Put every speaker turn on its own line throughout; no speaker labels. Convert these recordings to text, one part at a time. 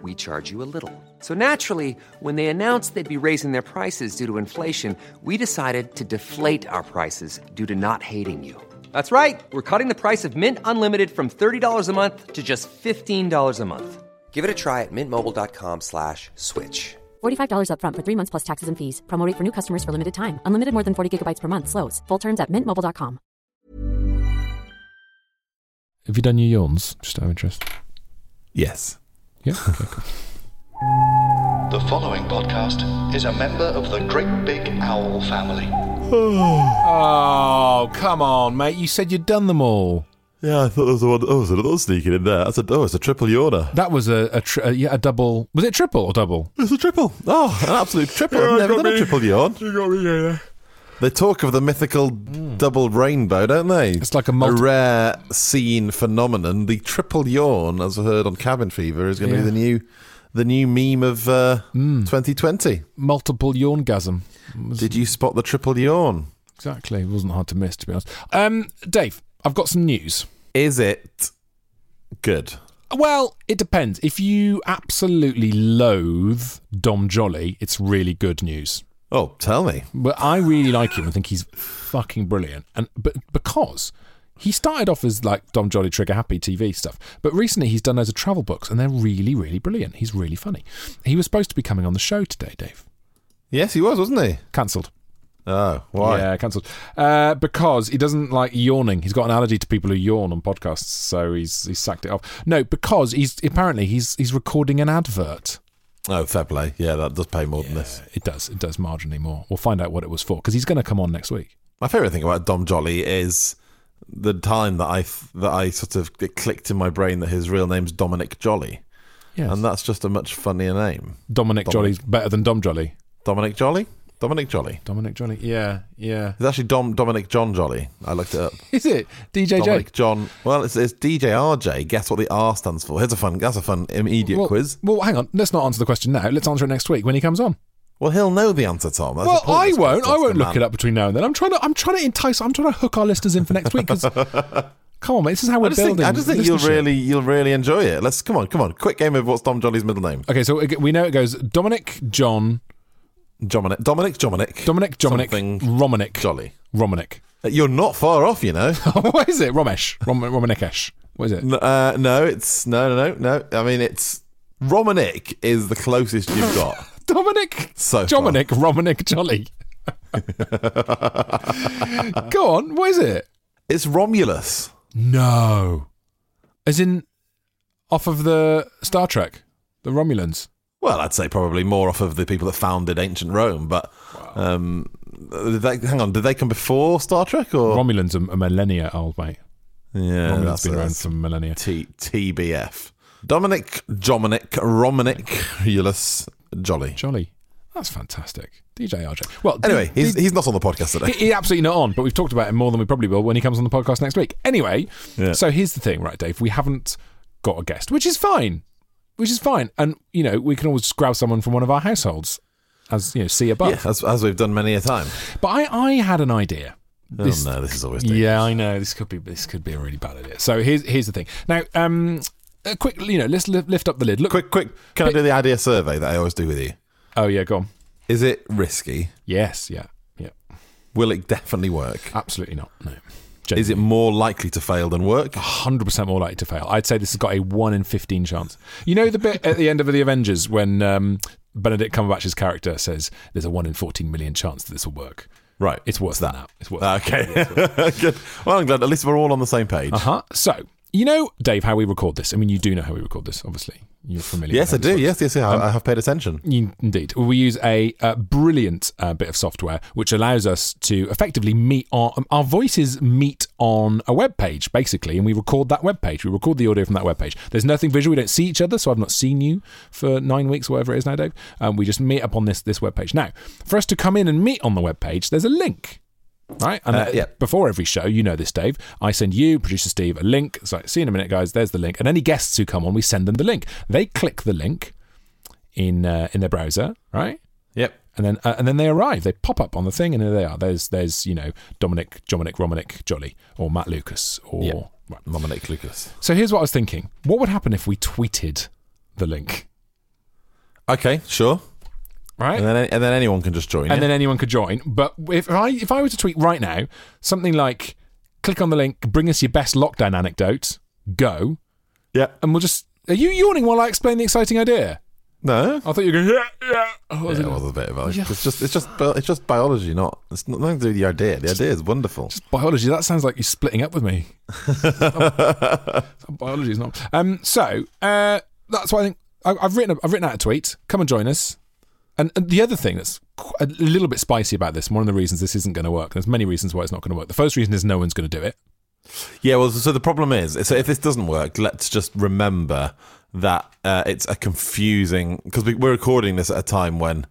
we charge you a little. So naturally, when they announced they'd be raising their prices due to inflation, we decided to deflate our prices due to not hating you. That's right. We're cutting the price of Mint Unlimited from $30 a month to just $15 a month. Give it a try at mintmobile.com slash switch.
$45 upfront for three months plus taxes and fees. Promote for new customers for limited time. Unlimited more than 40 gigabytes per month. Slows. Full terms at mintmobile.com.
Have you done your yawns? Just out of interest.
Yes.
Yeah. Okay, cool.
The following podcast is a member of the Great Big Owl family.
Oh, come on, mate. You said you'd done them all.
Yeah, I thought there was a one. Oh, there's another sneaking in there. That's a oh, it's a triple yawner.
That was a a, tri- a, yeah, a double. Was it triple or double?
It's a triple. Oh, an absolute triple. I've never done a triple yawn.
You got me here.
They talk of the mythical double rainbow, don't they?
It's like a multi-
rare scene phenomenon. The triple yawn, as I heard on Cabin Fever, is going to
Yeah.
be the new the new meme of uh, 2020.
Multiple yawngasm.
Did you spot the triple yawn?
Exactly. It wasn't hard to miss, to be honest. Um, Dave, I've got some news.
Is it good?
Well, it depends. If you absolutely loathe Dom Jolly, it's really good news.
Oh, tell me.
But I really like him. I think he's fucking brilliant. And but because he started off as like Dom Jolly Trigger Happy TV stuff, but recently he's done loads of travel books, and they're really, really brilliant. He's really funny. He was supposed to be coming on the show today, Dave.
Yes, he was, wasn't he?
Cancelled.
Oh, why?
Yeah, cancelled. Uh, because he doesn't like yawning. He's got an allergy to people who yawn on podcasts, so he's he's sacked it off. No, because he's apparently he's he's recording an advert. Uh,
Oh, fair play. Yeah, that does pay more than this.
It does. It does marginally more. We'll find out what it was for because he's going to come on next week.
My favorite thing about Dom Jolly is the time that I that I sort of it clicked in my brain that his real name's Dominic Jolly,
Yeah,
and that's just a much funnier name.
Dominic, Jolly's better than Dom Jolly.
Dominic Jolly, Dominic Jolly.
Dominic Jolly. Yeah, yeah.
It's actually Dom Dominic John Jolly. I looked it up.
Is it DJ
Dominic
Jolly?
John. Well, it's, it's DJ RJ. Guess what the R stands for? Here's a fun. That's a fun immediate
Well,
quiz.
well, hang on. Let's not answer the question now. Let's answer it next week when he comes on.
Well, he'll know the answer, Tom. That's
well,
the point
I
of this
won't. I
podcast,
won't
the
look
man.
it up between now and then. I'm trying to. I'm trying to entice. I'm trying to hook our listeners in for next week. 'cause- come on, mate. This is how we're
I just
building.
think, I just think you'll
listenership.
really you'll really enjoy it. Let's come on, come on. Quick game of what's Dom Jolly's middle name?
Okay, so we know it goes Dominic, John,
Dominic. Dominic. Dominic.
Dominic, Dominic,
Something
Romanic,
Jolly.
Romanic.
Uh, You're not far off, you know.
what is it? Romesh, Rom- Romanikesh. What is it?
N- uh, no, it's no, no, no, no. I mean, it's Romanic is the closest you've got.
Dominic,
So
Dominic, Romanic, Jolly. Go on. What is it?
It's Romulus.
No. As in, off of the Star Trek, the Romulans.
Well, I'd say probably more off of the people that founded ancient Rome, but um, did they, hang on, did they come before Star Trek or
Romulans are, are millennia old, mate.
Oh. yeah,
Romulans
that's,
been around
that's
for millennia.
T- TBF. Dominic, Dominic, Romanic, Romulus, Jolly.
Jolly. That's fantastic. DJ RJ. Well,
Anyway,
D-
he's
D-
he's not on the podcast
he-
today.
he's absolutely not on, but we've talked about him more than we probably will when he comes on the podcast next week. Anyway,
Yeah.
so here's the thing, right, Dave? We haven't got a guest, which is fine. Which is fine. And, you know, we can always just grab someone from one of our households, as, you know, see above.
Yeah, as, as we've done many a time.
But I, I had an idea.
Oh
This-
no, this is always dangerous.
Yeah, I know. This could be this could be a really bad idea. So here's here's the thing. Now, um, a quick, you know, let's li- lift up the lid. Look,
Quick, quick! Can I do the idea survey that I always do with you?
Oh yeah, go on.
Is it risky?
Yes, yeah, yeah.
Will it definitely work?
Absolutely not. No.
Is it more likely to fail than work?
hundred percent more likely to fail? I'd say this has got a one in fifteen chance. You know the bit at the end of the Avengers when um, Benedict Cumberbatch's character says, "There's a one in fourteen million chance that this will work."
Right.
It's worse than that. It's worse.
Ah, Okay. Good. Well, I'm glad. At least we're all on the same page.
Uh huh. So you know, Dave, how we record this. I mean, you do know how we record this, obviously. You're familiar.
Yes, I
with how this
do.
works.
Yes, yes, yes. I, I have paid attention.
In- Indeed. We use a, uh brilliant uh, bit of software which allows us to effectively meet our, um, our voices meet on a web page, basically, and we record that web page. We record the audio from that web page. There's nothing visual. We don't see each other, so I've not seen you for nine weeks or whatever it is now, Dave. Um, we just meet up on this, this web page. Now, for us to come in and meet on the web page, there's a link. Right? And
Uh,
that-
yeah.
before every show, you know this, Dave, I send you, producer Steve, a link. So see you in a minute, guys. There's the link. And any guests who come on, we send them the link. They click the link in uh, in their browser, right?
Yep.
And then uh, and then they arrive. They pop up on the thing, and there they are. There's there's you know Dominic, Dominic, Romanic, Jolly, or Matt Lucas, or
Yep.
Right.
Dominic Lucas.
So here's what I was thinking: What would happen if we tweeted the link,
Okay, sure.
right?
And then and then anyone can just join.
and
yeah?
then anyone could join. But if I if I were to tweet right now something like, "Click on the link, bring us your best lockdown anecdote, go,"
Yep.
and we'll just. Are you yawning while I explain the exciting idea?
No.
I thought you were going. Yeah, yeah. Oh,
Yeah, it oh, was a bit of a- It's just it's just bi- it's just biology, not it's not- nothing to do with the idea. The idea is wonderful.
biology. That sounds like you're splitting up with me. biology is not. Um. So uh, that's why I think I, I've written. A, I've written out a tweet. Come and join us. And, and the other thing that's qu- a little bit spicy about this, one of the reasons this isn't going to work. There's many reasons why it's not going to work. The first reason is no one's going to do it.
Yeah, well, so the problem is, so if this doesn't work, let's just remember that uh, it's a confusing because we, we're recording this at a time when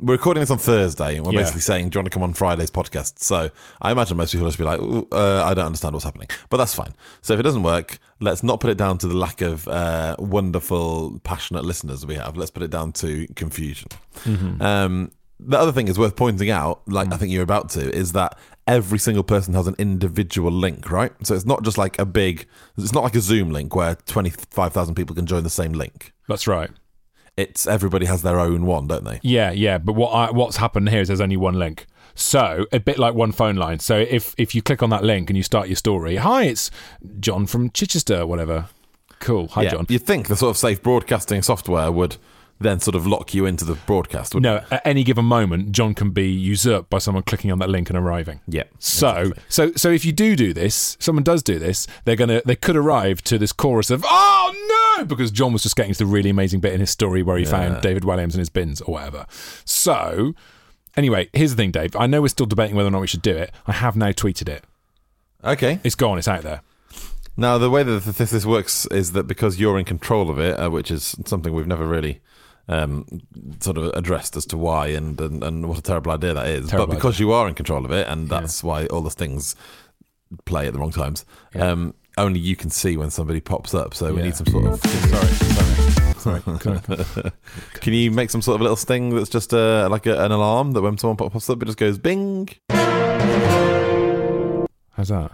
we're recording this on Thursday, and we're
Yeah.
basically saying, "Do you want to come on Friday's podcast?" So I imagine most people will just be like, "Ooh, uh, "I don't understand what's happening," but that's fine. So if it doesn't work, let's not put it down to the lack of uh, wonderful, passionate listeners we have. Let's put it down to confusion.
Hmm.
Um, the other thing is worth pointing out, like I think you're about to, is that every single person has an individual link, right? So it's not just like a big, it's not like a Zoom link where 25,000 people can join the same link.
That's right.
It's everybody has their own one, don't they?
Yeah, yeah. But what I, what's happened here is there's only one link. So a bit like one phone line. So if if you click on that link and you start your story, hi, it's John from Chichester, whatever. Cool. Hi,
yeah.
John.
You'd think the sort of safe broadcasting software would then sort of lock you into the broadcast, wouldn't
No, at any given moment, John can be usurped by someone clicking on that link and arriving.
Yeah,
So, so, so if you do do this, someone does do this, they're gonna, they could arrive to this chorus of "Oh no!" because John was just getting to the really amazing bit in his story where he found David Williams in his bins or whatever. So, anyway, here's the thing, Dave. I know we're still debating whether or not we should do it. I have now tweeted it.
Okay.
It's gone. It's out there.
Now, the way that this, this works is that because you're in control of it, uh, which is something we've never really um, sort of addressed as to why and, and, and what a terrible idea that is.
Terrible
but because you are in control of it, and that's why all the things play at the wrong times, um, only you can see when somebody pops up. So we
Yeah.
need some sort of. Sorry, sorry.
Sorry.
Can you make some sort of little thing that's just uh, like a, an alarm that when someone pops up, it just goes bing?
How's that?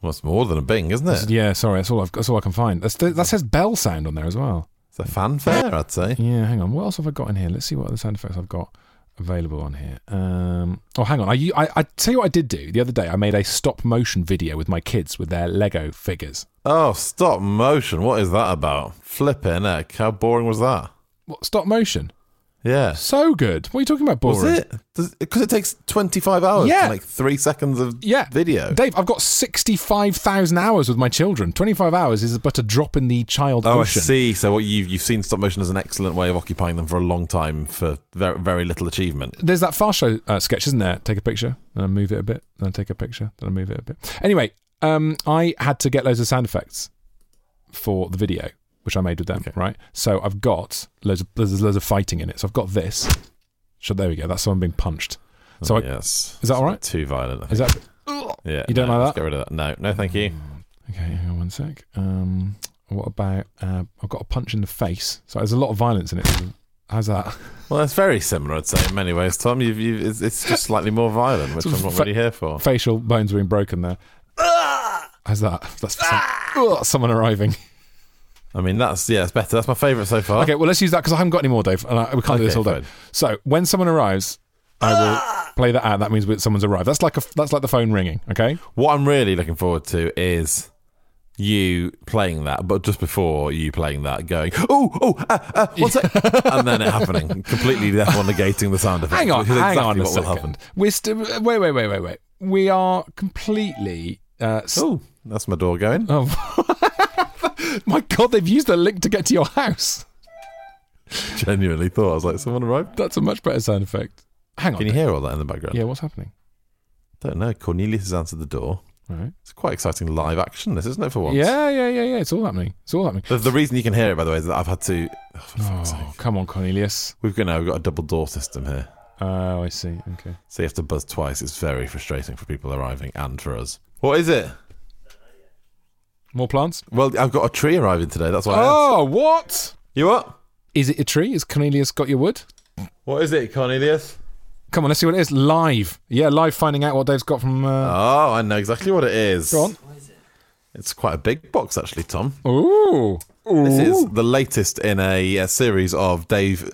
Well, it's more than a bing, isn't it?
Yeah, sorry. That's all. I've, that's all I can find. That's, that says bell sound on there as well.
It's a fanfare, I'd say.
Yeah, hang on. What else have I got in here? Let's see what other sound effects I've got available on here. Um, oh, hang on. I, u- I, I tell you what I did do the other day. I made a stop motion video with my kids with their Lego figures.
Oh, stop motion. What is that about? Flipping heck. How boring was that?
What stop motion?
Yeah.
So good. What are you talking about, boring?
Was it? Because it takes 25 hours
Yeah.
to make three seconds of
Yeah,
video.
Dave, I've got sixty-five thousand hours with my children. Twenty-five hours is but a drop in the child
Oh, I
ocean.
see. So what you've, you've seen stop motion as an excellent way of occupying them for a long time for very, very little achievement.
There's that fast show uh, sketch, isn't there? Take a picture, then I move it a bit, then I take a picture, then I move it a bit. Anyway, um, I had to get loads of sound effects for the video, which I made with them, right? So I've got loads of there's loads of fighting in it. So I've got this. So there we go. That's someone being punched. So
Oh,
I,
yes.
is that all right?
Too violent. I
Is
think.
that
yeah.
you don't
no,
like
let's
that? Hmm.
Get rid of that. No, no, thank you.
okay? Hang on one sec. Um, what about uh, I've got a punch in the face? So there's a lot of violence in it. How's that?
Well, that's very similar, I'd say, in many ways, Tom. You've, you've, it's, it's just slightly more violent, which I'm not
Fa-
really here for.
Facial bones being broken there. How's that? That's some- Ugh, someone arriving.
I mean, that's, yeah, it's better. That's my favourite so far.
Okay, well, let's use that because I haven't got any more, Dave, and I, we can't do this
Okay,
all day.
fine.
So when someone arrives, I will play that out. That means that someone's arrived. That's like a, that's like the phone ringing. Okay,
What I'm really looking forward to is you playing that, but just before you playing that, going, oh, oh, uh, uh, one sec," and then it happening. Completely therefore negating the sound effect.
hang on,
which is
hang
exactly
on a
what will
second.
happen.
We're still uh, wait, wait, wait, wait, wait. We are completely. Uh, s-
Oh, that's my door going.
oh my god! They've used the link to get to your house.
Genuinely thought, I was like, someone arrived.
That's a much better sound effect. Hang on.
Can you hear all that in the background?
Yeah, what's happening?
don't know. Cornelius has answered the door.
Right.
It's quite exciting live action, this, isn't it, for once?
Yeah, yeah, yeah, yeah. It's all happening. It's all happening.
The, the reason you can hear it, by the way, is that I've had to. Oh, for fuck's sake.
Oh, come on, Cornelius.
We've got now we've got a double door system here.
Oh, I see. Okay.
So you have to buzz twice. It's very frustrating for people arriving and for us. What is it?
More plants?
Well, I've got a tree arriving today. That's why. I asked.
Oh, what?
You what?
Is it a tree? Is Cornelius got your wood?
What is it, Cornelius?
Come on, let's see what it is. Live. Yeah, live finding out what Dave's got from. Uh...
Oh, I know exactly what it is.
Go on.
It's quite a big box, actually, Tom.
Ooh.
This is the latest in a, uh series of Dave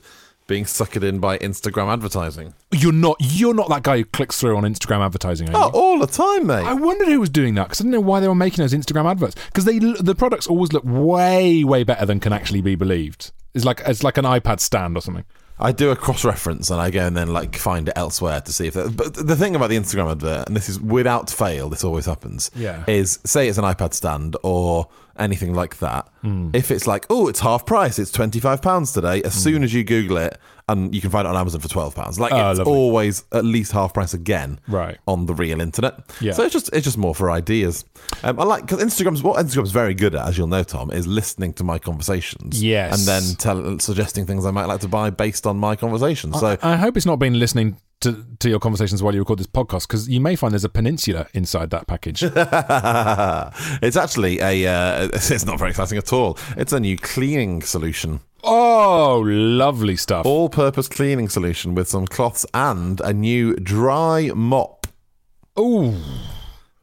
being suckered in by Instagram advertising.
You're not you're not that guy who clicks through on Instagram advertising. Are you?
Oh, all the time, mate.
I wondered who was doing that because I didn't know why they were making those Instagram adverts because they l- the products always look way way better than can actually be believed. It's like it's like an iPad stand or something.
I do a cross reference and I go and then like find it elsewhere to see if. That, but the thing about the Instagram advert, and this is without fail, this always happens.
Yeah.
Is say it's an iPad stand or anything like that.
Hmm.
If it's like, oh, it's half price, it's twenty five pounds today. As soon as you Google it, and you can find it on Amazon for twelve pounds. Like
Oh,
it's
lovely.
always at least half price again.
Right.
On the real internet.
Yeah.
So it's just it's just more for ideas. Um, I like because Instagram's what Instagram's very good at, as you'll know, Tom, is listening to my conversations.
Yes.
And then tell, suggesting things I might like to buy based on my conversation. So
I hope it's not been listening to to your conversations while you record this podcast because you may find there's a peninsula inside that package.
it's actually a uh, it's not very exciting at all. It's a new cleaning solution,
oh, lovely stuff.
Oh. all-purpose cleaning solution with some cloths and a new dry mop.
Oh,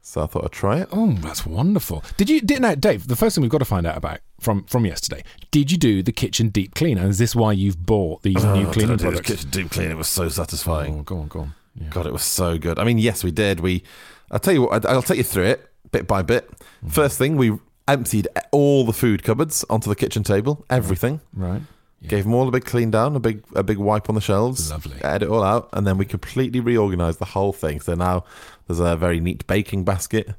So I thought I'd try it.
oh, that's wonderful. Did you did now, Dave? The first thing we've got to find out about from from yesterday. Did you do the kitchen deep clean? And is this why you've bought these
Oh,
new cleaning
Did I Uh, do the
products?
kitchen deep clean. It was so satisfying.
Oh, go on, go on. Yeah.
God, it was so good. I mean, yes, we did. We, I'll tell you what, I- I'll take you through it bit by bit. First thing, we emptied all the food cupboards onto the kitchen table, everything.
Right.
Gave them all a big clean down, a big a big wipe on the shelves.
Lovely.
Aired it all out, and then we completely reorganised the whole thing. So now there's a very neat baking basket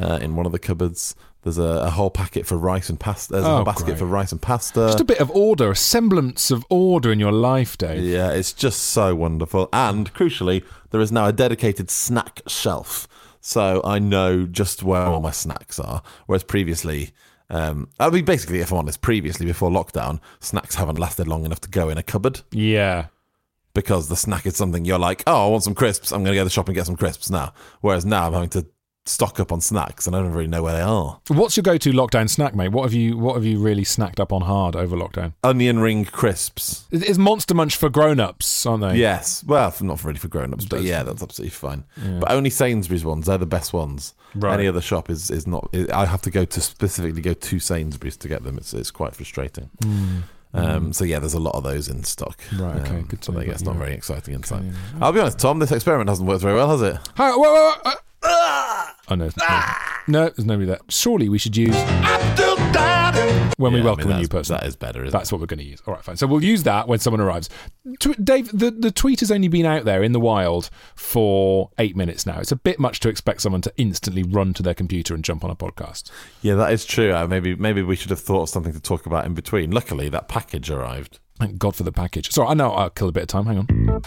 uh, in one of the cupboards. There's a, a whole packet for rice and pasta. There's a
Oh,
whole basket
great.
for rice and pasta.
Just a bit of order, a semblance of order in your life, Dave.
Yeah, it's just so wonderful. And crucially, there is now a dedicated snack shelf. So I know just where all my snacks are. Whereas previously, um, I mean, basically, if I'm honest, previously before lockdown, snacks haven't lasted long enough to go in a cupboard
Yeah.
because the snack is something you're like, oh, I want some crisps. I'm going to go to the shop and get some crisps now. Whereas now I'm having to stock up on snacks and I don't really know where they are.
What's your go-to lockdown snack, mate? What have you What have you really snacked up on hard over lockdown?
Onion ring crisps.
It- It's Monster Munch for grown-ups, aren't they?
Yes. Well, f- not really for grown ups, but yeah, that's absolutely fine. But only Sainsbury's ones, they're the best ones.
Right.
Any other shop is, is not. i I have to go to specifically go to Sainsbury's to get them. It's, it's quite frustrating. Um, so yeah, there's a lot of those in stock.
Hmm. Right, okay,
Um,
good to
so
know
there you go, It's
that
not
you're-
very exciting inside. I'll be honest, Tom. This experiment hasn't worked very well, has it?
Hi, whoa, whoa, whoa, uh, oh no, it's not-
Ah!
no, there's nobody there. Surely we should use when we
Yeah, I
welcome
mean,
a new
that's-
person.
That is better. Isn't
That's what we're going to use. All right, fine. So we'll use that when someone arrives. Tw- Dave, the, the tweet has only been out there in the wild for eight minutes now. It's a bit much to expect someone to instantly run to their computer and jump on a podcast.
it? Yeah, that is true. Uh, maybe maybe we should have thought of something to talk about in between. Luckily, that package arrived.
Thank God for the package. Sorry, I know I'll kill a bit of time. Hang on.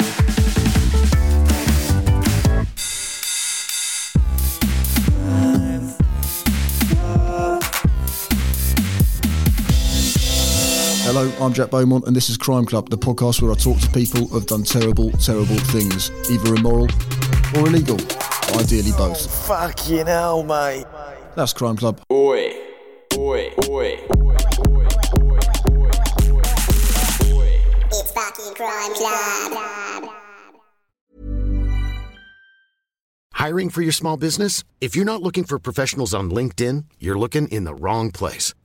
Hello, I'm Jack Beaumont, and this is Crime Club, the podcast where I talk to people who've done terrible, terrible things, either immoral or illegal, ideally both.
Fucking hell, mate.
That's Crime Club.
Oi. Oi. Oi.
It's fucking Crime Club.
Hiring for your small business? If you're not looking for professionals on LinkedIn, you're looking in the wrong place.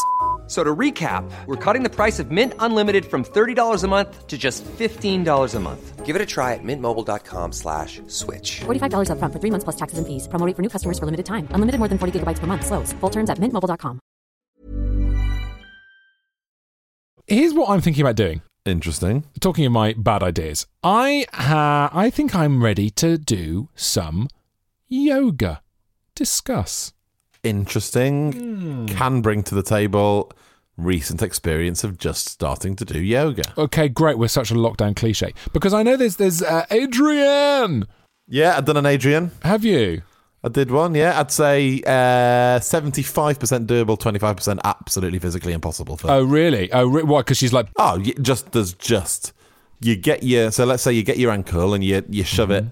f- So to recap, we're cutting the price of Mint Unlimited from $30 a month to just $15 a month. Give it a try at mintmobile.com slash switch.
$45 up front for three months plus taxes and fees. Promoting for new customers for limited time. Unlimited more than 40 gigabytes per month. Slows. Full terms at mintmobile.com.
Here's what I'm thinking about doing.
Interesting.
Talking of my bad ideas, I ha- I think I'm ready to do some yoga. Discuss.
Interesting. Can bring to the table recent experience of just starting to do yoga.
Okay, great. We're such a lockdown cliche because I know there's there's uh, Adrian.
Yeah, I've done an Adrian.
Have you?
I did one, yeah. I'd say uh, 75% doable, 25% absolutely physically impossible. For
Oh, really? Oh, re- why? Because she's like,
Oh, y- just there's just you get your so let's say you get your ankle and you you shove it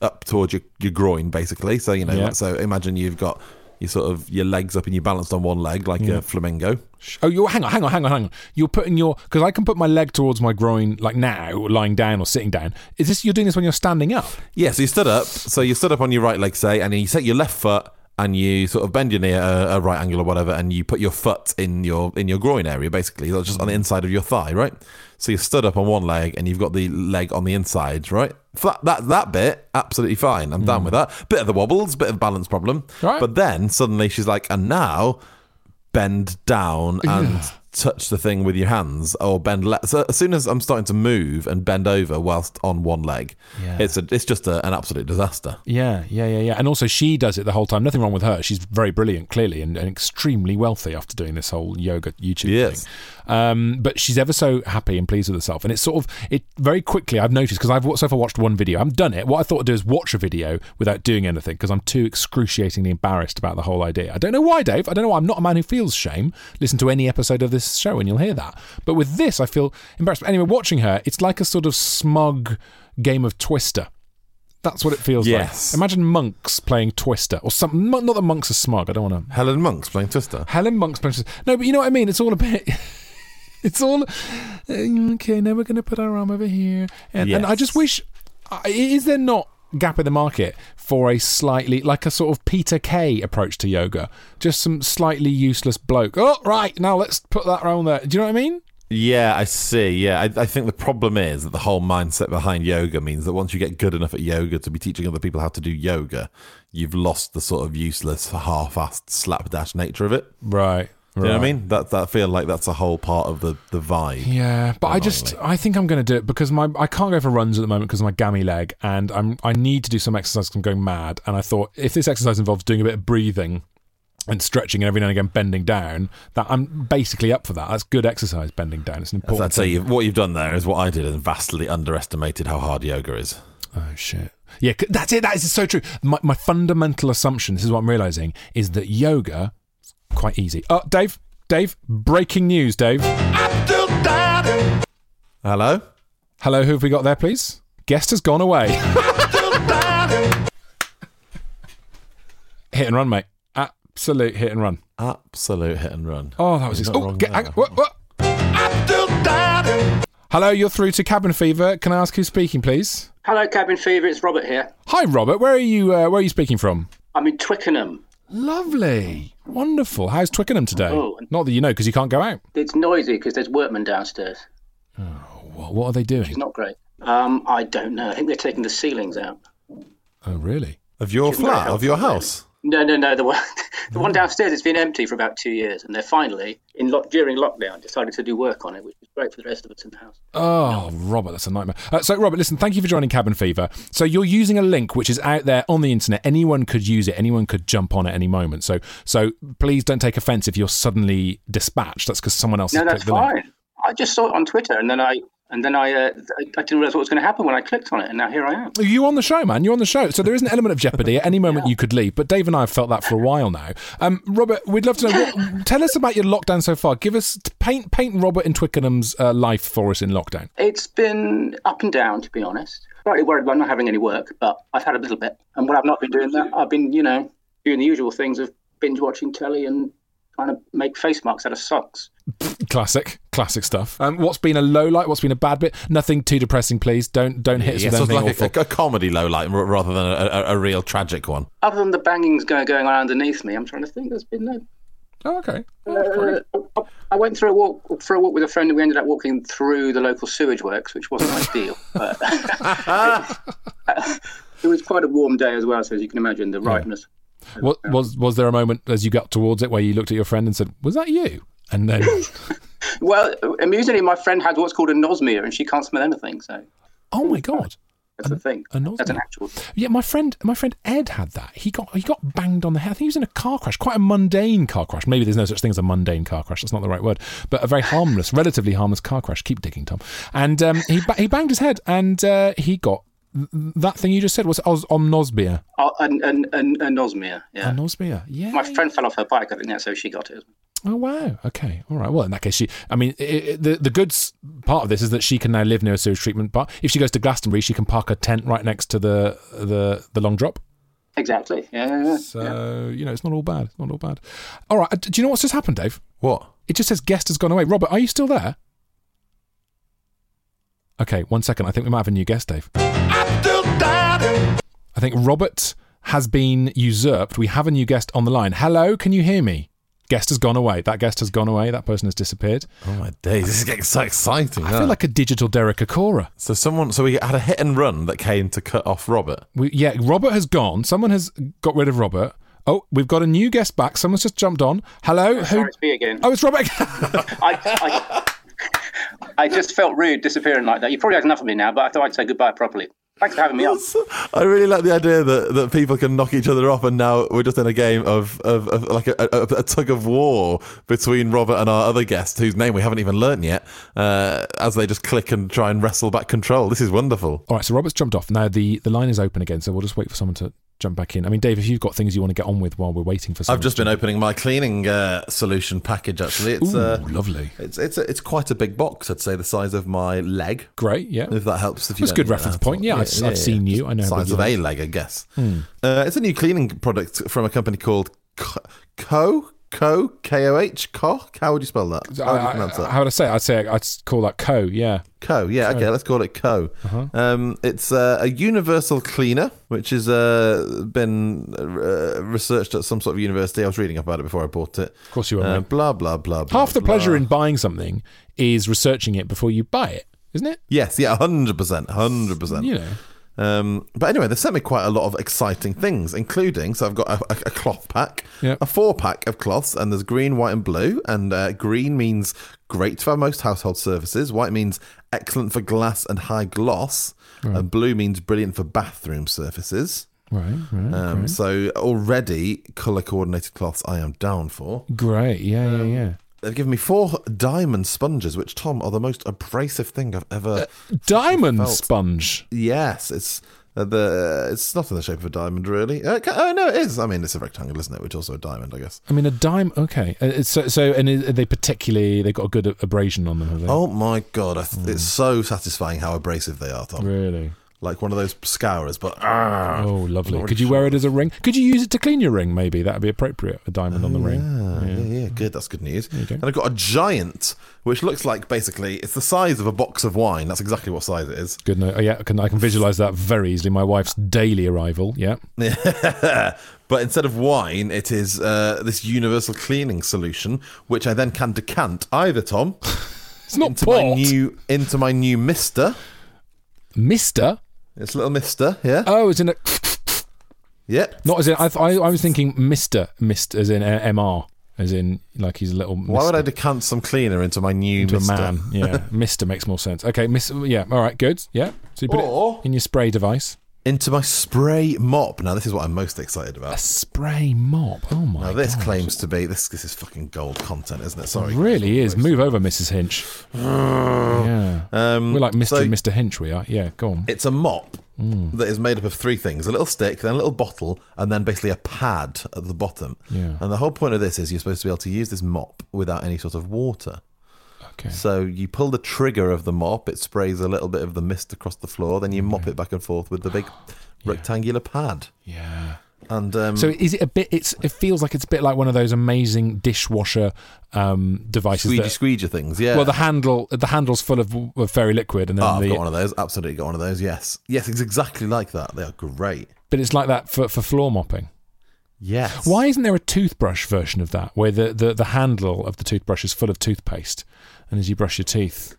up towards your, your groin basically. So you know,
Mm-hmm. Yeah.
like- so imagine you've got your sort of your legs up and you're balanced on one leg like
Yeah.
a flamingo.
oh, you hang on, hang on, hang on, hang on. You're putting your because I can put my leg towards my groin like now, lying down or sitting down. Is this you're doing this when you're standing up?
Yeah, so you stood up. So you stood up on your right leg, say, and then you take your left foot and you sort of bend your knee at a, a right angle or whatever, and you put your foot in your in your groin area, basically. That's just on the inside of your thigh, right? So you stood up on one leg and you've got the leg on the inside, right? So that that, that bit, absolutely fine. I'm down with that. Bit of the wobbles, bit of balance problem.
Right.
But then suddenly she's like, and now bend down and touch the thing with your hands or bend le- so as soon as i'm starting to move and bend over whilst on one leg
Yeah.
it's a, it's just a, an absolute disaster
Yeah, yeah, yeah, yeah. And also, she does it the whole time. Nothing wrong with her. She's very brilliant, clearly, and, and extremely wealthy after doing this whole yoga YouTube
Yes.
thing. Um, but she's ever so happy and pleased with herself. And it's sort of it very quickly. I've noticed because I've so far watched one video. I haven't done it. What I thought I'd do is watch a video without doing anything because I'm too excruciatingly embarrassed about the whole idea. I don't know why, Dave. I don't know why. I'm not a man who feels shame. Listen to any episode of this show and you'll hear that. But with this, I feel embarrassed. But anyway, watching her, it's like a sort of smug game of Twister. That's what it feels
Yes.
like. Imagine monks playing Twister or something. Not that monks are smug. I don't want to.
helen monks playing twister
Helen monks playing Twister. No, but you know what I mean. It's all a bit. It's all Uh, okay. Now we're going to put our arm over here, and, and I just wish. I- Is there not gap in the market for a slightly like a sort of Peter Kay approach to yoga? Just some slightly useless bloke. Oh, right. Now let's put that around there. Do you know what I mean?
yeah i see yeah I, I think the problem is that the whole mindset behind yoga means that once you get good enough at yoga to be teaching other people how to do yoga you've lost the sort of useless half-assed slapdash nature of it
Right.
you know what i mean that, that I feel like that's a whole part of the, the vibe
Yeah, but I just I think I'm going to do it because my I can't go for runs at the moment because of my gammy leg, and I'm I need to do some exercise 'cause I'm going mad. And I thought if this exercise involves doing a bit of breathing and stretching and every now and again bending down, that I'm basically up for that. That's good exercise, bending down. It's an
As I
important.
tell
thing.
you, what you've done there is what I did and vastly underestimated how hard yoga is.
Oh shit. Yeah, c- that's it. That is so true. My, my fundamental assumption, this is what I'm realizing, is that yoga is quite easy. Oh, Dave, Dave, breaking news, Dave.
Hello?
Hello, who have we got there, please? Guest has gone away. hit and run, mate. Absolute hit and run.
Absolute hit and run.
Oh, that was
You're
ex-
not
oh,
wrong
get,
there.
hang, what, what? Hello, you're through to Cabin Fever. Can I ask who's speaking, please?
Hello, Cabin Fever. It's Robert here.
Hi, Robert. Where are you? Uh, where are you speaking from?
I'm in Twickenham.
Lovely, wonderful. How's Twickenham today?
Oh.
Not that you know, because you can't go out.
It's noisy because there's workmen downstairs.
What, what are they doing?
It's not great. Um, I don't know. I think they're taking the ceilings out.
Oh, really?
Of your
Shouldn't really
flat,
help
of your
them, really.
house.
No, no, no. The one, the one downstairs has been empty for about two years, and they're finally in lock during lockdown decided to do work on it, which is great for the rest of us in the house.
Oh, Robert, that's a nightmare. Uh, so, Robert, listen, thank you for joining Cabin Fever. So, you're using a link which is out there on the internet. Anyone could use it. Anyone could jump on at any moment. So, so please don't take offence if you're suddenly dispatched. That's because someone else.
No,
has
that's
clicked the link.
fine. I just saw it on Twitter, and then I and then I uh, I, I didn't realize what was going to happen when I clicked on it, and now here I am.
Are You on the show, man. You're on the show. So there is an element of jeopardy. At any moment, you could leave. But Dave and I have felt that for a while now. Um, Robert, we'd love to know. What, tell us about your lockdown so far. Give us paint paint Robert and Twickenham's uh, life for us in lockdown.
It's been up and down, to be honest. Slightly worried about not having any work, but I've had a little bit. And when I've not been doing that, I've been, you know, doing the usual things of binge watching telly and trying to make face marks out of socks.
Classic, classic stuff. Um, what's been a low light? What's been a bad bit? Nothing too depressing, please. Don't don't hit us
Yeah,
with
so it's
anything
like
awful.
a, a comedy low light rather than a, a, a real tragic one.
Other than the bangings go- going on underneath me, I'm trying to think. There's been no
Oh, okay.
Uh, I- I went through a walk for a walk with a friend, and we ended up walking through the local sewage works, which wasn't ideal. But it was quite a warm day as well, so as you can imagine, the ripeness.
What, was was there a moment as you got towards it where you looked at your friend and said, "Was that you?" And then,
Well, amusingly, my friend had what's called a nosmia, and she can't smell anything. So
oh my god,
that's the thing. That's an actual.
yeah, my friend, my friend Ed had that. He got he got banged on the head. I think he was in a car crash, quite a mundane car crash. Maybe there's no such thing as a mundane car crash. That's not the right word, but a very harmless, relatively harmless car crash. Keep digging, Tom. And um, he ba- he banged his head, and uh, he got th- that thing you just said was os- omnosbia.
Uh, an, an, an, an anosmia. Yeah.
Anosmia. Yeah.
My friend fell off her bike. I think that's how she got it.
Oh wow. Okay. All right. Well, in that case, she. I mean, i i the the good s- part of this is that she can now live near a sewage treatment park. If she goes to Glastonbury, she can park her tent right next to the the the long drop.
Exactly. Yeah. yeah, yeah.
So you know, it's not all bad. It's not all bad. All right. uh, Do you know what's just happened, Dave?
What?
It just says guest has gone away. Robert, are you still there? Okay. One second. I think we might have a new guest, Dave. I think Robert has been usurped. We have a new guest on the line. Hello, can you hear me? Guest has gone away. That guest has gone away. That person has disappeared.
Oh my days! This is getting so exciting.
I feel like a digital Derek Acora.
so someone. So we had a hit and run that came to cut off Robert.
We, yeah, Robert has gone. Someone has got rid of Robert. Oh, we've got a new guest back. Someone's just jumped on. Hello, who?
Sorry, it's me again.
Oh, it's Robert.
I, I, I just felt rude disappearing like that. You probably had enough of me now, but I thought I'd say goodbye properly. Thanks for having me on.
I really like the idea that, that people can knock each other off, and now we're just in a game of, of, of like a, a, a tug of war between Robert and our other guest, whose name we haven't even learnt yet, uh, as they just click and try and wrestle back control. This is wonderful.
All right, so Robert's jumped off. Now the the line is open again, so we'll just wait for someone to jump back in. I mean, Dave, if you've got things you want to get on with while we're waiting for someone,
I've just been opening my cleaning uh, solution package. Actually, it's
Ooh,
uh,
lovely.
It's it's it's quite a big box. I'd say the size of my leg.
Great, yeah.
If that helps, if you
That's a
don't
good
know
reference
how to-
point. Yeah, I've- I've seen you. I know how big
size
your
of a
leg is.
leg, I guess.
Hmm.
Uh, it's a new cleaning product from a company called Co Co Co K O H Co. How would you spell that? How would
I-
you
I-
pronounce that?
how would I say? It? I'd say I'd call that co. Yeah.
Co. Yeah, okay, let's call it Co.
Uh-huh.
Um, it's uh, a universal cleaner, which has uh, been uh, researched at some sort of university. I was reading about it before I bought it. Of
course you were,
Uh,
mate.
blah blah blah. blah,
Half the
blah.
pleasure in buying something is researching it before you buy it, isn't it?
Yes, yeah, hundred percent, hundred percent.
You know.
Um, but anyway, they sent me quite a lot of exciting things, including so I've got a, a- a cloth pack,
Yep.
a four pack of cloths, and there's green, white, and blue. And uh, green means great for most household services. White means excellent for glass and high gloss, and blue means brilliant for bathroom surfaces.
Right. Right.
Um, So already color coordinated cloths, I am down for.
Great. Yeah. yeah. Yeah.
They've given me four diamond sponges, which Tom are the most abrasive thing I've
Uh,
ever.
Diamond
Felt.
sponge.
Yes, it's uh, the it's not in the shape of a diamond, really. Uh, ca- oh no, it is. I mean, it's a rectangle, isn't it? Which is also a diamond, I guess.
I mean, a dime. Okay. Uh, it's so, so and are they particularly they've got a good abrasion on them, have they?
Oh my god, I th- it's so satisfying how abrasive they are, Tom.
really?
Like one of those scourers, but ah,
Oh, lovely. Could you wear it as a ring? Could you use it to clean your ring? Maybe that'd be appropriate. A diamond on the ring.
Oh, yeah, yeah, yeah, good. That's good news. And I've got a giant, which looks like basically it's the size of a box of wine. That's exactly what size it is.
Good. No. Oh, yeah. I can I can visualize that very easily. My wife's daily arrival. Yeah.
but instead of wine, it is uh, this universal cleaning solution, which I then can decant either Tom
It's not
into
port.
my new into my new Mister.
Mister.
It's little Mister, yeah,
Oh, it's in a.
yeah.
Not as in. I, I, I was thinking Mister. Mist as in uh, Mr. As in like he's a little.
Why would
mister
I decant some cleaner into my new
to a
Mister?
man? Yeah. Mister makes more sense. Okay. Miss. Yeah. All right. Good. Yeah. So you put
Or-
it in your spray device.
Into my spray mop. Now this is what I'm most excited
A
about.
spray mop. Oh my.
Now this
God.
claims to be this. This is fucking gold content, isn't it? Sorry,
It really is. Move over, Mrs. Hinch. yeah.
Um,
We're like Mr.
so- Um,
and Mr. Hinch, we are. Yeah, go on.
It's a mop
Hmm.
that is made up of three things a little stick, then a little bottle, and then basically a pad at the bottom.
Yeah.
And the whole point of this is you're supposed to be able to use this mop without any sort of water.
Okay.
So you pull the trigger of the mop, it sprays a little bit of the mist across the floor, then you mop it back and forth with the big rectangular pad.
Yeah.
And um,
So is it a bit it's it feels like it's a bit like one of those amazing dishwasher um devices
squeegee
that-
squeegee things, yeah.
Well the handle the handle's full of, of fairy liquid and then
Oh, I've
the
got one of those. Absolutely got one of those. Yes, yes, it's exactly like that. They are great.
but it's like that for for floor mopping. Yes. Why isn't there a toothbrush version of that, where the, the, the handle of the toothbrush is full of toothpaste, and as you brush your teeth,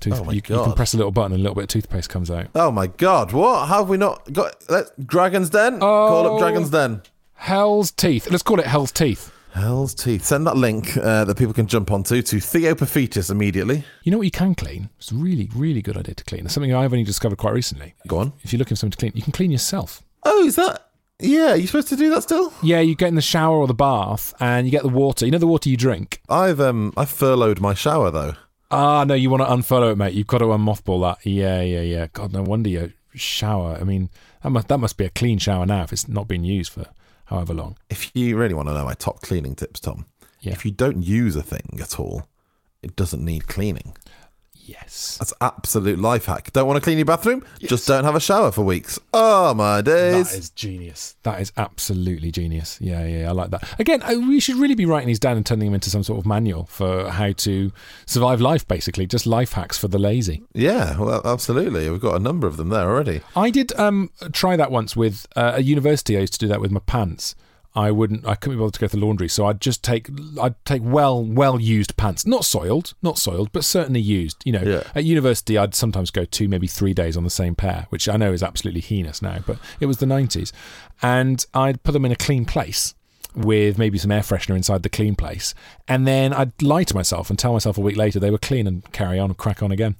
tooth,
Oh my
you, you can
God.
press a little button and a little bit of toothpaste comes out.
Oh my god, what? How have we not got let Dragon's Den? Call up Dragon's Den.
Hell's Teeth. Let's call it Hell's Teeth.
Hell's Teeth. Send that link uh, that people can jump onto to Theopophetus immediately.
You know what you can clean? It's a really, really good idea to clean. It's something I've only discovered quite recently. Go on. If you're looking for something to clean, you can clean yourself.
Oh, is that? Yeah, you supposed to do that still?
Yeah, you get in the shower or the bath and you get the water. You know the water you drink?
I've um I furloughed my shower though.
Ah, no, you want to unfollow it, mate. You've got to unmothball that. Yeah, yeah, yeah. God, no wonder your shower. I mean, that must, that must be a clean shower now if it's not been used for however long.
If you really want to know my top cleaning tips, Tom, if you don't use a thing at all, it doesn't need cleaning.
Yes.
That's absolute life hack. Don't want to clean your bathroom? Just don't have a shower for weeks. Oh my days.
That is genius. That is absolutely genius. Yeah, yeah, yeah, I like that. Again, I- we should really be writing these down and turning them into some sort of manual for how to survive life, basically. Just life hacks for the lazy.
Yeah, well, absolutely. We've got a number of them there already.
I did um, try that once with uh, a university. I used to do that with my pants. I wouldn't. I couldn't be bothered to go to the laundry, so I'd just take. I'd take well, well used pants, not soiled, not soiled, but certainly used. You know, at university, I'd sometimes go two, maybe three days on the same pair, which I know is absolutely heinous now, but it was the nineties, and I'd put them in a clean place with maybe some air freshener inside the clean place, and then I'd lie to myself and tell myself a week later they were clean and carry on and crack on again.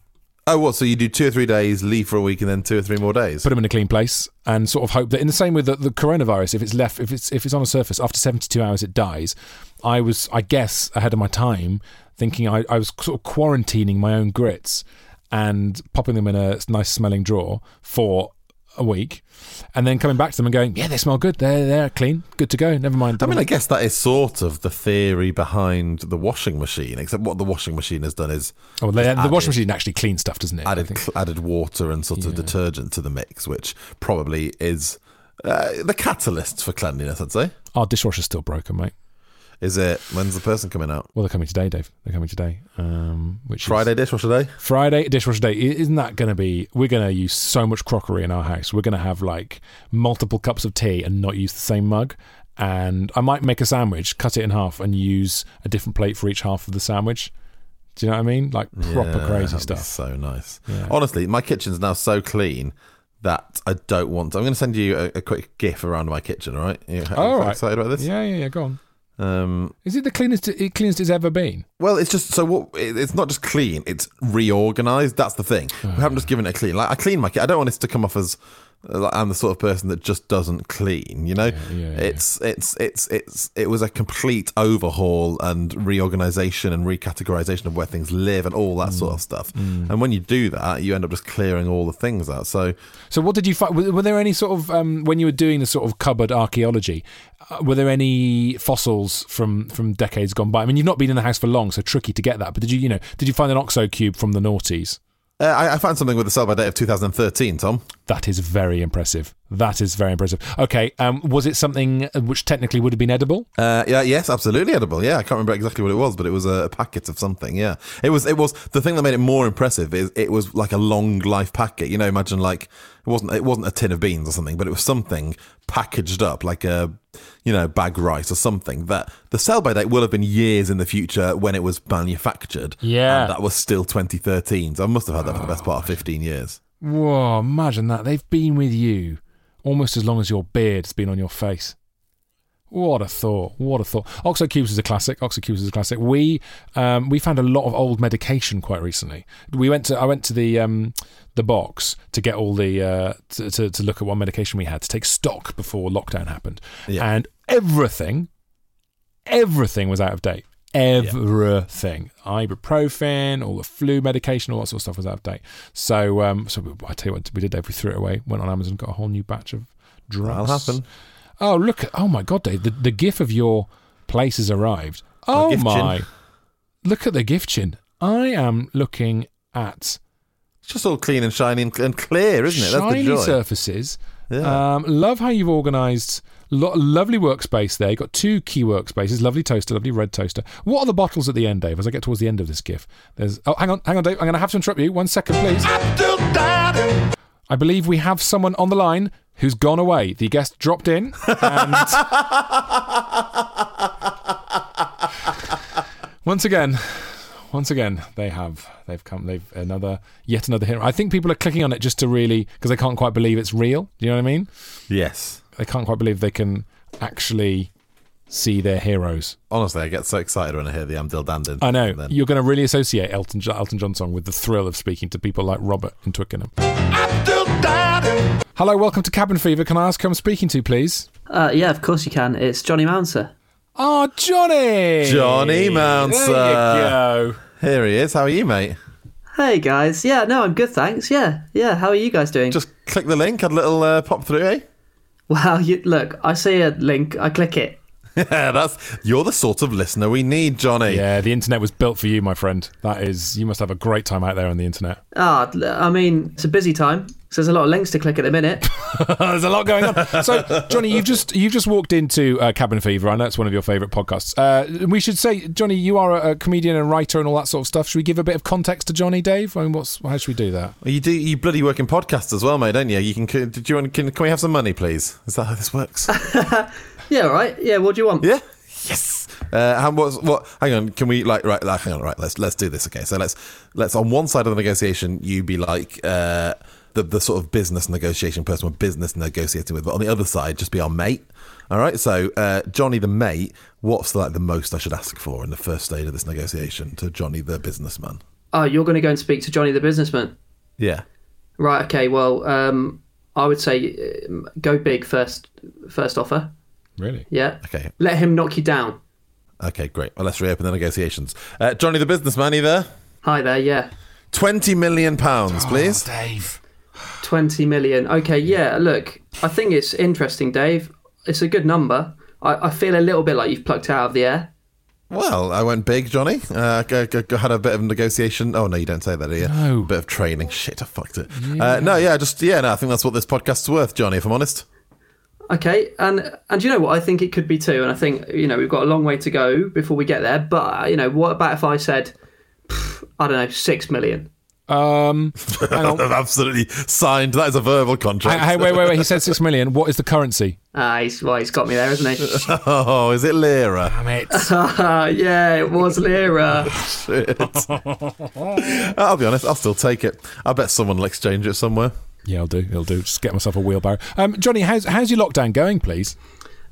Oh, what? So you do two or three days, leave for a week, and then two or three more days?
put them in a clean place and sort of hope that in the same way that the coronavirus if it's left if it's if it's on a surface after 72 hours it dies i was i guess ahead of my time thinking i, I was sort of quarantining my own grits and popping them in a nice smelling drawer for a week and then coming back to them and going yeah they smell good they're, they're clean good to go never mind
I mean, I guess that is sort of the theory behind the washing machine, except what the washing mashine has done is.
Oh, they-
just
the washing machine actually cleans stuff, doesn't it?
Added, added water and sort of detergent to the mix, which probably is uh, the catalyst for cleanliness, I'd say.
our dishwasher's still broken mate
Is it? When's the person coming out?
well they're coming today dave they're coming today um which is-
Friday dishwasher day?
Friday dishwasher day. I- Isn't that going to be? We're going to use so much crockery in our house. We're going to have like multiple cups of tea and not use the same mug. And I might make a sandwich, cut it in half, and use a different plate for each half of the sandwich. Do you know what I mean? Like proper
Yeah,
crazy
that'd be
stuff.
So nice.
Yeah.
Honestly, my kitchen's now so clean that I don't want. I'm going to send you a, a quick GIF around my kitchen. All right. You,
All right.
Excited about this?
Yeah, yeah, yeah. Go on.
Um,
Is it the cleanest? It cleanest it's ever been.
Well, it's just so what it- it's not just clean; it's reorganized. That's the thing. we haven't just given it a clean. Like I clean my. ki- I don't want this to come off as uh, like, I'm the sort of person that just doesn't clean. You know, it's it's it's it's it was a complete overhaul and reorganization and recategorization of where things live and all that sort of stuff. And when you do that, you end up just clearing all the things out. So
So, what did you find? Were, were there any sort of um, when you were doing the sort of cupboard archaeology? Uh, were there any fossils from from decades gone by? I mean, you've not been in the house for long, so tricky to get that. But did you, you know, did you find an oxo cube from the noughties?
uh, I, I found something with the sell by date of 2013. Tom,
That is very impressive. That is very impressive. Okay, um, was it something which technically would have been edible?
Uh, yeah, yes, absolutely edible. Yeah, I can't remember exactly what it was, but it was a packet of something. Yeah, it was. It was the thing that made it more impressive is it was like a long life packet. You know, imagine like it wasn't it wasn't a tin of beans or something, but it was something packaged up like a you know bag rice or something that the sell by date will have been years in the future when it was manufactured.
Yeah.
and that was still 2013. So I must have had that for the best part of 15 years.
Whoa! Imagine that they've been with you almost as long as your beard's been on your face. What a thought! What a thought! Oxo cubes is a classic. Oxo cubes is a classic. We um, we found a lot of old medication quite recently. We went to I went to the um, the box to get all the uh, to, to to look at what medication we had to take stock before lockdown happened, and everything everything was out of date. Everything, ibuprofen, all the flu medication, all that sort of stuff was out of date. So, um, so we, I tell you what, we did. Dave, we threw it away. Went on Amazon, got a whole new batch of drugs.
That'll happen.
Oh look! at- Oh my God, Dave, the, the gif of your place has arrived.
My
Oh
gift
my!
tin.
Look at the gift chin. I am looking at
It's just all clean and shiny and, and clear, isn't it? That's the
shiny
joy.
surfaces. Um, love how you've organised. Lo- lovely workspace there. You've got two key workspaces. Lovely toaster. Lovely red toaster. What are the bottles at the end, Dave? As I get towards the end of this GIF, there's. Oh, hang on, hang on, Dave. I'm going to have to interrupt you. One second, please. I believe we have someone on the line who's gone away. The guest dropped in and. once again. Once again, they have. They've come. They've another, yet another hit. I think people are clicking on it just to really, because they can't quite believe it's real. Do you know what I mean?
Yes.
They can't quite believe they can actually see their heroes.
Honestly, I get so excited when I hear the Am Dill Dandin.
I know.
Then.
You're going to really associate Elton, Jo- Elton John song with the thrill of speaking to people like Robert in Twickenham. Hello, welcome to Cabin Fever. Can I ask who I'm speaking to, please?
Uh, yeah, of course you can. It's Johnny Mounser.
Oh, Johnny!
Johnny Mounser.
There you go.
Here he is. How are you, mate?
Hey guys, yeah, no, I'm good, thanks. Yeah, yeah. How are you guys doing?
Just click the link. Had a little uh, pop through, eh?
Wow, you look. I see a link. I click it.
Yeah, that's you're the sort of listener we need, Johnny.
Yeah, the internet was built for you, my friend. That is, you must have a great time out there on the internet.
Ah, I mean, it's a busy time. So there's a lot of links to click at the minute.
There's a lot going on. So, Johnny, you've just you've just walked into uh, Cabin Fever. I know it's one of your favourite podcasts. Uh, we should say, Johnny, you are a, a comedian and writer and all that sort of stuff. Should we give a bit of context to Johnny, Dave? I mean, what's how should we do that?
Well, you do. You bloody work in podcasts as well, mate, don't you? You can. can- Do you want? Can, can we have some money, please? Is that how this works?
yeah, all right. Yeah, what do you want?
Yeah. Yes. Uh, how, what's, what? Hang on. Can we like right? like, Hang on. Right. Let's let's do this. Okay. So let's let's on one side of the negotiation, you be like uh, the the sort of business negotiation person, we're business negotiating with, but on the other side, just be our mate. All right. So uh, Johnny the mate, what's like the most I should ask for in the first stage of this negotiation to Johnny the businessman?
Oh, you're going to go and speak to Johnny the businessman.
Yeah.
Right. Okay. Well, um, I would say um, go big first. First offer.
Really?
Yeah.
Okay.
Let him knock you down.
Okay. Great. Well, let's reopen the negotiations. Uh, Johnny the businessman, are you there?
Hi there. Yeah.
Twenty million pounds, please.
Dave.
20 million. Okay, yeah, look, I think it's interesting, Dave. It's a good number. I, I feel a little bit like you've plucked out of the air.
Well, I went big, Johnny. Uh, g- g- g- had a bit of negotiation. Oh no, you don't say that, do you? No. Bit of training. Shit, I fucked it. Uh, no, yeah, just yeah. No, I think that's what this podcast's worth, Johnny. If I'm honest.
Okay, and and you know what? I think it could be too. And I think, you know, we've got a long way to go before we get there. But, you know, what about if I said, pff, I don't know, 6 million?
Um, hang
I've
on.
absolutely signed. That is a verbal contract.
hey, hey, wait, wait, wait. He said six million. What is the currency?
Ah, he's, well, he's got me there, hasn't he?
oh, is it Lira?
Damn it.
yeah, it was Lira.
Shit. I'll be honest. I'll still take it. I bet someone will exchange it somewhere.
Yeah, I'll do. I'll do. Just get myself a wheelbarrow. Um, Johnny, how's how's your lockdown going, please?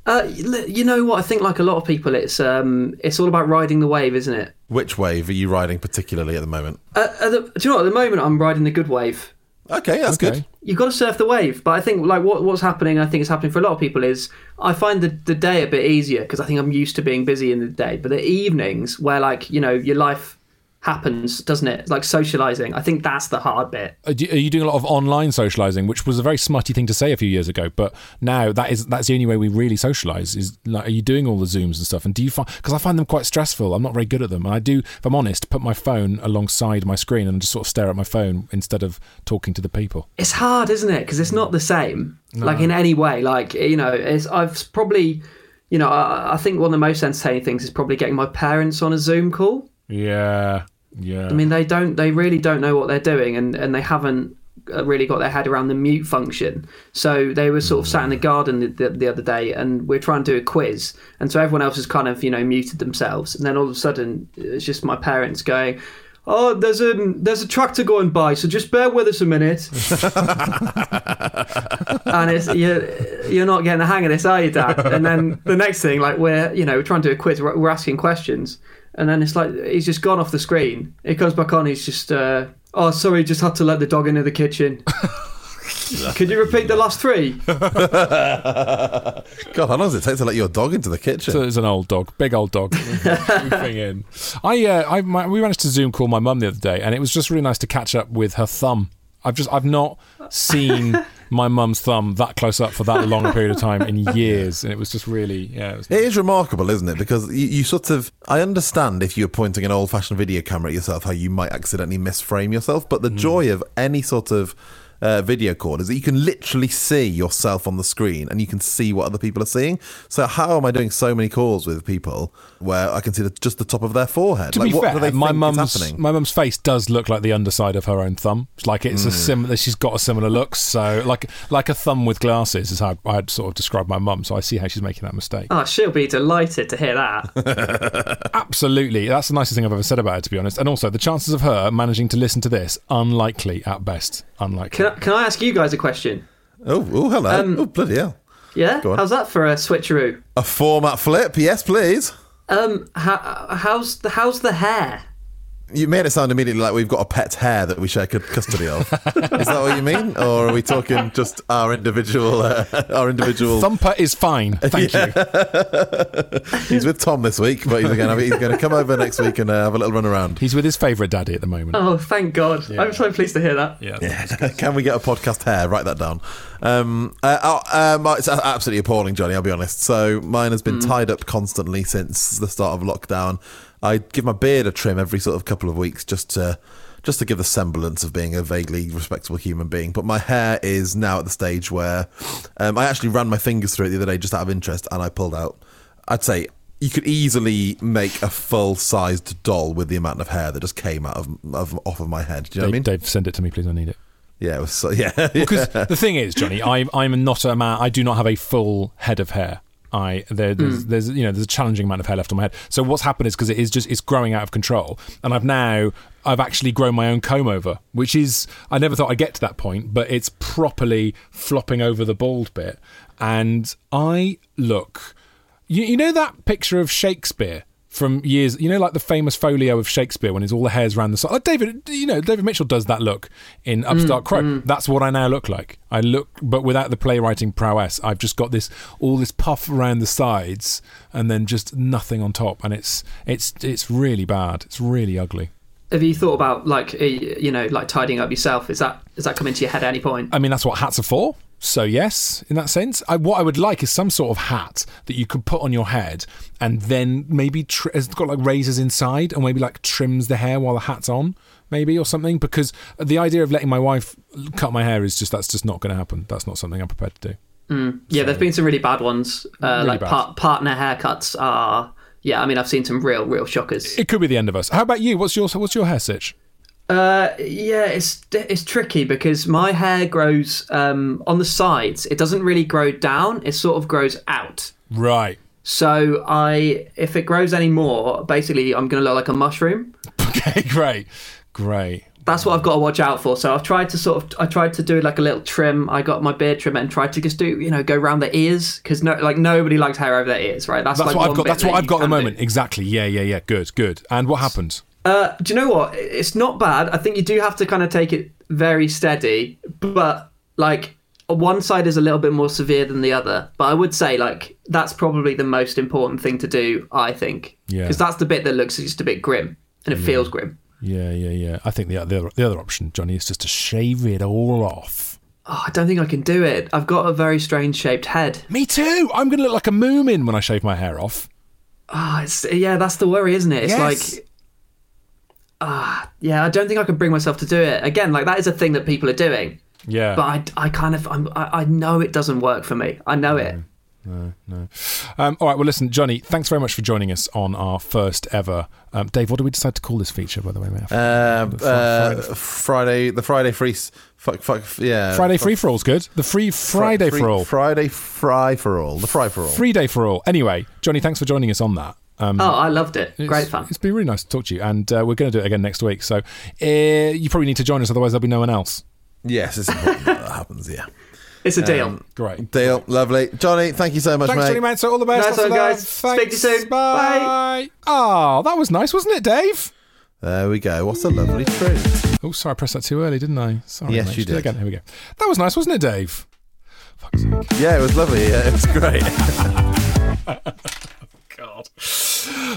Uh, l- you know what? I think, like a lot of people, it's um, it's all about riding the wave, isn't it?
Which wave are you riding particularly at the moment?
Uh, at the, do you know what? At the moment, I'm riding the good wave.
Okay, that's good.
you've got to surf the wave. But I think like what what's happening, I think it's happening for a lot of people is I find the the day a bit easier because I think I'm used to being busy in the day. But the evenings where like you know your life happens, doesn't it? Like socializing, I think that's the hard bit.
Are Uh, you, are you doing a lot of online socializing, which was a very smutty thing to say a few years ago, but now that is that's the only way we really socialize. Is like, are you doing all the zooms and stuff? And do you find because I find them quite stressful. I'm not very good at them, and I do, if I'm honest, put my phone alongside my screen and just sort of stare at my phone instead of talking to the people.
It's hard, isn't it? Because it's not the same, like in any way. Like you know, it's I've probably, you know, I, I think one of the most entertaining things is probably getting my parents on a Zoom call.
Yeah, yeah.
I mean, they don't. They really don't know what they're doing, and and they haven't uh, really got their head around the mute function. So they were sort of sat in the garden the, the, the other day, and we are trying to do a quiz, and so everyone else has kind of you know muted themselves, and then all of a sudden it's just my parents going. Oh, there's a there's a tractor going by, so just bear with us a minute. and it's you're, you're not getting the hang of this, are you, Dad? And then the next thing, like we're you know we're trying to do a quiz, we're, we're asking questions, and then it's like he's just gone off the screen. It comes back on, he's just uh, oh sorry, just had to let the dog into the kitchen. Could you repeat the last three?
God, how long does it take to let your dog into the kitchen?
So it's an old dog, big old dog. Oofing in. I, uh, I my, we managed to Zoom call my mum the other day, and it was just really nice to catch up with her thumb. I've just I've not seen my mum's thumb that close up for that long a period of time in years, and it was just really yeah. It was,
It is remarkable, isn't it? Because you, you sort of. I understand if you're pointing an
Hmm.
old fashioned video camera at yourself, how you might accidentally misframe yourself, but the joy of any sort of uh, video call is that you can literally see yourself on the screen and you can see what other people are seeing. So how am I doing so many calls with people where I can see the, just the top of their forehead?
To
like,
be
what
fair,
do they
my
think is
mum's
happening?
my mum's face does look like the underside of her own thumb. It's Like it's a
Mm.
similar. She's got a similar look. So like like a thumb with glasses is how I'd sort of describe my mum. So I see how she's making that mistake.
Oh, she'll be delighted to hear that.
Absolutely, that's the nicest thing I've ever said about it, to be honest. And also, the chances of her managing to listen to this unlikely at best. Unlikely.
Can I, can I ask you guys a question?
Oh, oh hello.
Um,
oh, bloody hell.
Yeah,
Go on.
how's that for a switcheroo?
A format flip, yes, please.
Um, how, how's the how's the hair?
You made it sound immediately like we've got a pet hare that we share cu- custody of. is that what you mean, or are we talking just our individual, uh, our individual?
Thumper is fine. Thank
you. he's with Tom this week, but he's going to he's going to come over next week and uh, have a little run around.
He's with his favourite daddy at the moment.
Oh, thank God!
Yeah.
I'm so pleased to hear that.
Yeah. Can we get a podcast hair? Write that down. Um, uh, oh, um, it's a- absolutely appalling, Johnny. I'll be honest. So mine has been tied up constantly since the start of lockdown. I give my beard a trim every sort of couple of weeks just to just to give the semblance of being a vaguely respectable human being. But my hair is now at the stage where um, I actually ran my fingers through it the other day just out of interest, and I pulled out. I'd say you could easily make a full-sized doll with the amount of hair that just came out of, of off of my head. Do you know what I
Dave,
mean?
Dave, send it to me, please. I need it.
Yeah, it was so, yeah.
Because
yeah.
the thing is, Johnny, I, I'm not a man. I do not have a full head of hair. I there, there's,
Mm.
there's you know there's a challenging amount of hair left on my head. So what's happened is because it is just it's growing out of control, and I've now I've actually grown my own comb over, which is I never thought I'd get to that point, but it's properly flopping over the bald bit, and I look. You, you know that picture of Shakespeare from years, you know, like the famous folio of Shakespeare when it's all the hairs round the side. Like David, you know, David Mitchell does that look in Upstart Crow. That's what I now look like. I look, but without the playwriting prowess, I've just got this all this puff around the sides and then just nothing on top, and it's it's it's really bad. It's really ugly.
Have you thought about like eh, you know like tidying up yourself? Is that is that come into your head at any point?
I mean, that's what hats are for. So yes, in that sense, I, what I would like is some sort of hat that you could put on your head, and then maybe tr- it's got like razors inside, and maybe like trims the hair while the hat's on, maybe or something. Because the idea of letting my wife cut my hair is just that's just not going to happen. That's not something I'm prepared to do.
Mm. Yeah, there've been some really bad ones. Uh,
Really
like
bad.
par- partner haircuts are. Yeah, I mean, I've seen some real, real shockers.
It could be the end of us. How about you? What's your what's your hair sitch?
Uh, yeah, it's it's tricky because my hair grows um, on the sides. It doesn't really grow down. It sort of grows out.
Right.
So I, if it grows any more, basically I'm going to look like a mushroom.
Okay, great, great.
That's what I've got to watch out for. So I've tried to sort of, I tried to do like a little trim. I got my beard trim and tried to just do, you know, go round the ears because no, like nobody likes hair over their ears, right?
That's,
like
what I've
one
got.
bit
That's what
that
I've
you
got at the
can do.
moment. Exactly. Yeah, yeah, yeah. Good, good. And what happened?
Uh, do you know what? It's not bad. I think you do have to kind of take it very steady, but like one side is a little bit more severe than the other. But I would say like that's probably the most important thing to do. I think
Yeah.
because that's the bit that looks just a bit grim and it
Yeah.
feels grim.
Yeah, yeah, yeah. I think the the other, the other option, Johnny, is just to shave it all off.
Oh, I don't think I can do it. I've got a very strange shaped head.
Me too. I'm going to look like a moomin when I shave my hair off.
Ah, it's yeah, that's the worry, isn't it? It's
Yes.
like ah, yeah. I don't think I can bring myself to do it again. Like that is a thing that people are doing.
Yeah.
But I, I kind of, I'm, I, I know it doesn't work for me. I know
Mm,
it.
No, no. Um, all right. Well, listen, Johnny. Thanks very much for joining us on our first ever. Um, Dave, what did we decide to call this feature, by the way, mate?
Uh, uh, Friday, the Friday free, s- fuck, fuck, yeah.
Friday free for all's good. The free Friday
Fri-
for all.
Friday fry for all. The fry for all.
Free day for all. Anyway, Johnny, thanks for joining us on that. Um,
Oh, I loved it. Great fun.
It's been really nice to talk to you, and uh, we're going to do it again next week. So uh, you probably need to join us, otherwise there'll be no one else.
Yes, it's important that, that happens. Yeah,
It's a deal.
um, Great
deal. Lovely, Johnny. Thank you so much,
Thanks,
mate.
Johnny Manso. All the best. Lots
Nice
of
one,
love.
guys. Speak to you
Thanks.
soon.
Bye. Oh, that was nice, wasn't it, Dave?
There we go. What a lovely truth.
Oh, sorry, I pressed that too early, didn't I? Sorry.
Yes,
mate.
you
Should do it
did.
Again. Here we go. That was nice, wasn't it, Dave?
Yeah, it was lovely. Yeah, it was great.
God.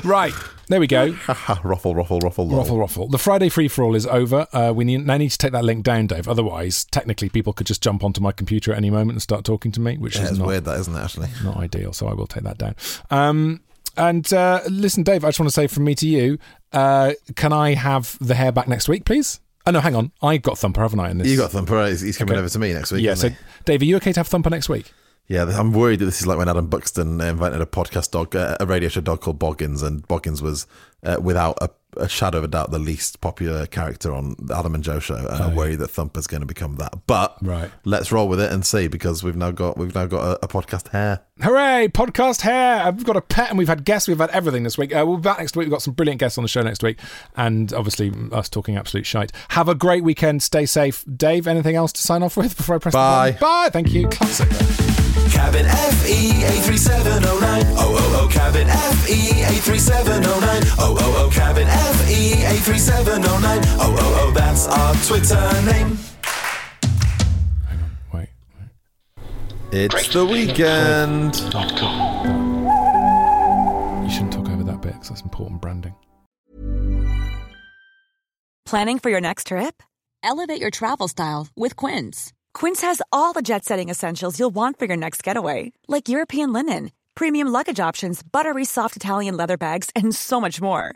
Right. There we go.
ruffle, ruffle, ruffle, lol.
Ruffle, ruffle. The Friday free for all is over. Uh, we need, now need to take that link down, Dave. Otherwise, technically, people could just jump onto my computer at any moment and start talking to me, which
Yeah,
is
it's
not
weird, that isn't it? Actually,
not ideal. So I will take that down. Um, and uh, listen, Dave, I just want to say from me to you, uh, can I have the hair back next week, please? Oh no, hang on. I got Thumper, haven't I? In this,
You got Thumper. He's, he's coming
Okay.
over to me next week.
Yeah.
isn't
So,
he?
Dave, are you okay to have Thumper next week?
Yeah, I'm worried that this is like when Adam Buxton invented a podcast dog, uh, a radio show dog called Boggins, and Boggins was uh, without a, a shadow of a doubt the least popular character on the Adam and Joe show. And I'm worried that Thumper's going to become that. But
Right.
let's roll with it and see because we've now got we've now got a, a podcast hair.
Hooray! Podcast hair. Uh, We've got a pet, and we've had guests. We've had everything this week. Uh, we'll be back next week. We've got some brilliant guests on the show next week, and obviously mm, us talking absolute shite. Have a great weekend. Stay safe, Dave. Anything else to sign off with before I press the
Bye.
button? Bye. Thank you. Classic.
Cabin FE 83709. Oh, oh, oh, cabin FE 83709. Oh, oh, oh, cabin FE 83709. Oh, oh, oh, that's our Twitter name.
It's the weekend.
You shouldn't talk over that bit because that's important branding.
Planning for your next trip? Elevate your travel style with Quince. Quince has all the jet setting essentials you'll want for your next getaway, like European linen, premium luggage options, buttery soft Italian leather bags, and so much more.